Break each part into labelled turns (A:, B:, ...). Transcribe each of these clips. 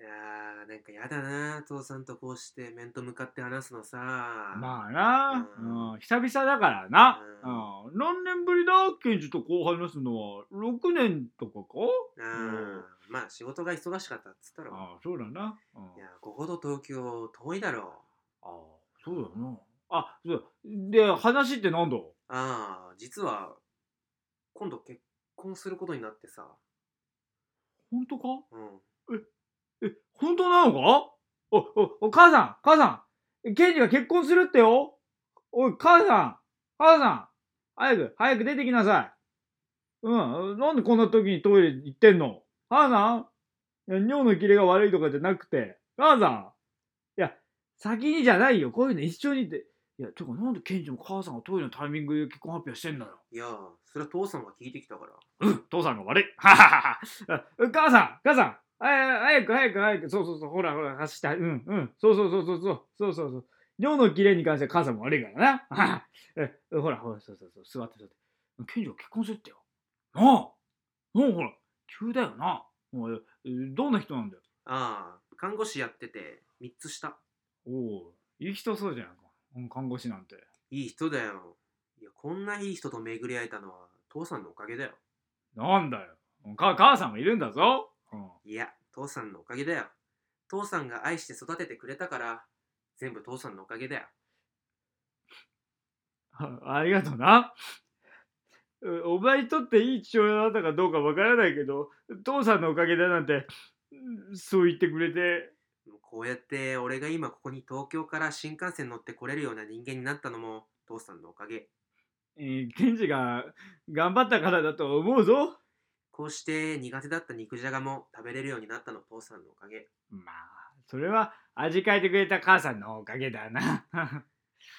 A: ーなんかやだな父さんとこうして面と向かって話すのさ
B: まあな、
A: う
B: うんん久々だからな、
A: う
B: うん何年ぶりだケンジとこう話すのは6年とかか
A: うんまあ仕事が忙しかったっつったろ
B: ああそうだな、うん、
A: いやここほど東京遠いだろ
B: ああそうだなあそうで話ってなんだ
A: ああ実は今度結婚することになってさ
B: 本当か
A: うん
B: え本当なのかおおお母さん母さんケンジが結婚するってよおい母さん母さん早く早く出てきなさいうんなんでこんな時にトイレ行ってんの母さんいや尿の切れが悪いとかじゃなくて母さんいや先にじゃないよこういうの一緒にっていやてかなんでケンジも母さんがトイレのタイミングで結婚発表してんだよ
A: いやそれは父さんが聞いてきたから
B: 父さんが悪い。 はははは。うん母さん、母さん、ああ早く早く早く、そうそうそう、ほらほら、走った。うんうん、そうそうそうそうそう、そうそうそう。尿の綺麗に関しては母さんも悪いからな。 ははえほらほら、そうそうそう、座って座って。ケンジは結婚するってよ。なあもうほら、急だよな。おいえどんな人なんだよ。
A: ああ看護師やってて3つ下
B: おお、いい人そうじゃないか。うん看護師なんて。
A: いい人だよいやこんないい人と巡り合えたのは父さんのおかげだよ
B: なんだよ。うんか母さんもいるんだぞ。うん
A: いや父さんのおかげだよ父さんが愛して育ててくれたから全部父さんのおかげだよ
B: あありがとうな。うお前にとっていい父親だったかどうかわからないけど、父さんのおかげだなんて、うんそう言ってくれて。
A: こうやって俺が今ここに東京から新幹線乗ってこれるような人間になったのも父さんのおかげ
B: えー、ケンジが頑張ったからだと思うぞ。
A: こうして苦手だった肉じゃがも食べれるようになったの父さんのおかげ
B: まあ、それは味変えてくれた母さんのおかげだな。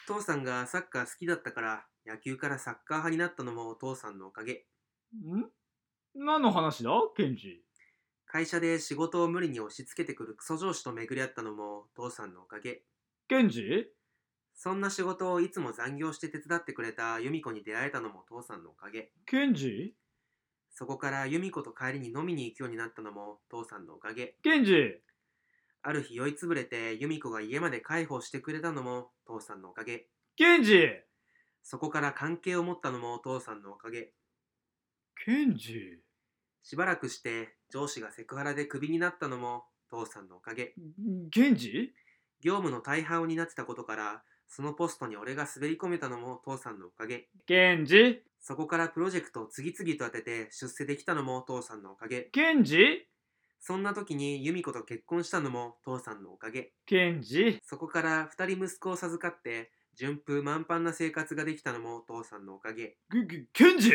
A: 父さんがサッカー好きだったから野球からサッカー派になったのも父さんのおかげ
B: ん何の話だケンジ。
A: 会社で仕事を無理に押し付けてくるクソ上司と巡り合ったのも父さんのおかげ
B: ケンジ
A: そんな仕事をいつも残業して手伝ってくれた由美子に出会えたのも父さんのおかげ
B: ケンジ
A: そこから由美子と帰りに飲みに行くようになったのも父さんのおかげ
B: ケンジ
A: ある日酔いつぶれて由美子が家まで介抱してくれたのも父さんのおかげ
B: ケンジ
A: そこから関係を持ったのも父さんのおかげ
B: ケンジ
A: しばらくして上司がセクハラでクビになったのも父さんのおかげ
B: ケンジ
A: 業務の大半を担ってたことからそのポストに俺が滑り込めたのも父さんのおかげ
B: ケンジ
A: そこからプロジェクトを次々と当てて出世できたのも父さんのおかげ
B: ケンジ
A: そんな時に由美子と結婚したのも父さんのおかげ
B: ケンジ
A: そこから2人息子を授かって順風満帆な生活ができたのも父さんのおかげ
B: ケケケンジ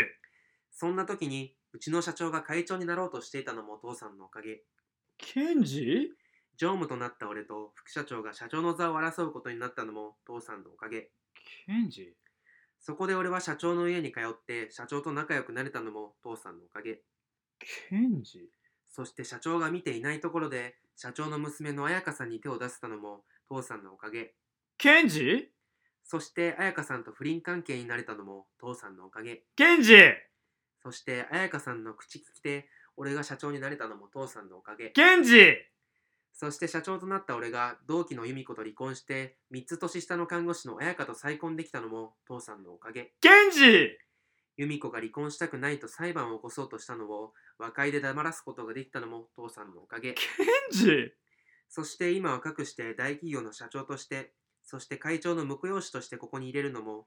A: そんな時にうちの社長が会長になろうとしていたのも父さんのおかげ
B: ケンジ
A: 常務となった俺と副社長が社長の座を争うことになったのも父さんのおかげ
B: ケンジ
A: そこで俺は社長の家に通って社長と仲良くなれたのも父さんのおかげ
B: ケンジ
A: そして社長が見ていないところで社長の娘の彩香さんに手を出せたのも父さんのおかげ
B: ケンジ
A: そして彩香さんと不倫関係になれたのも父さんのおかげ
B: ケンジ
A: そして彩香さんの口利きで俺が社長になれたのも父さんのおかげ
B: ケンジ
A: そして社長となった俺が同期の由美子と離婚して3つ年下の看護師の彩香と再婚できたのも父さんのおかげ
B: ケンジ
A: 由美子が離婚したくないと裁判を起こそうとしたのを和解で黙らすことができたのも父さんのおかげ
B: ケンジ
A: そして今はくして大企業の社長としてそして会長の婿養子としてここに入れるのも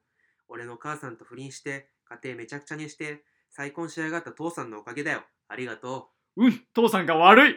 A: 俺の母さんと不倫して家庭めちゃくちゃにして再婚しやがった父さんのおかげだよありがとう
B: うん、父さんが悪い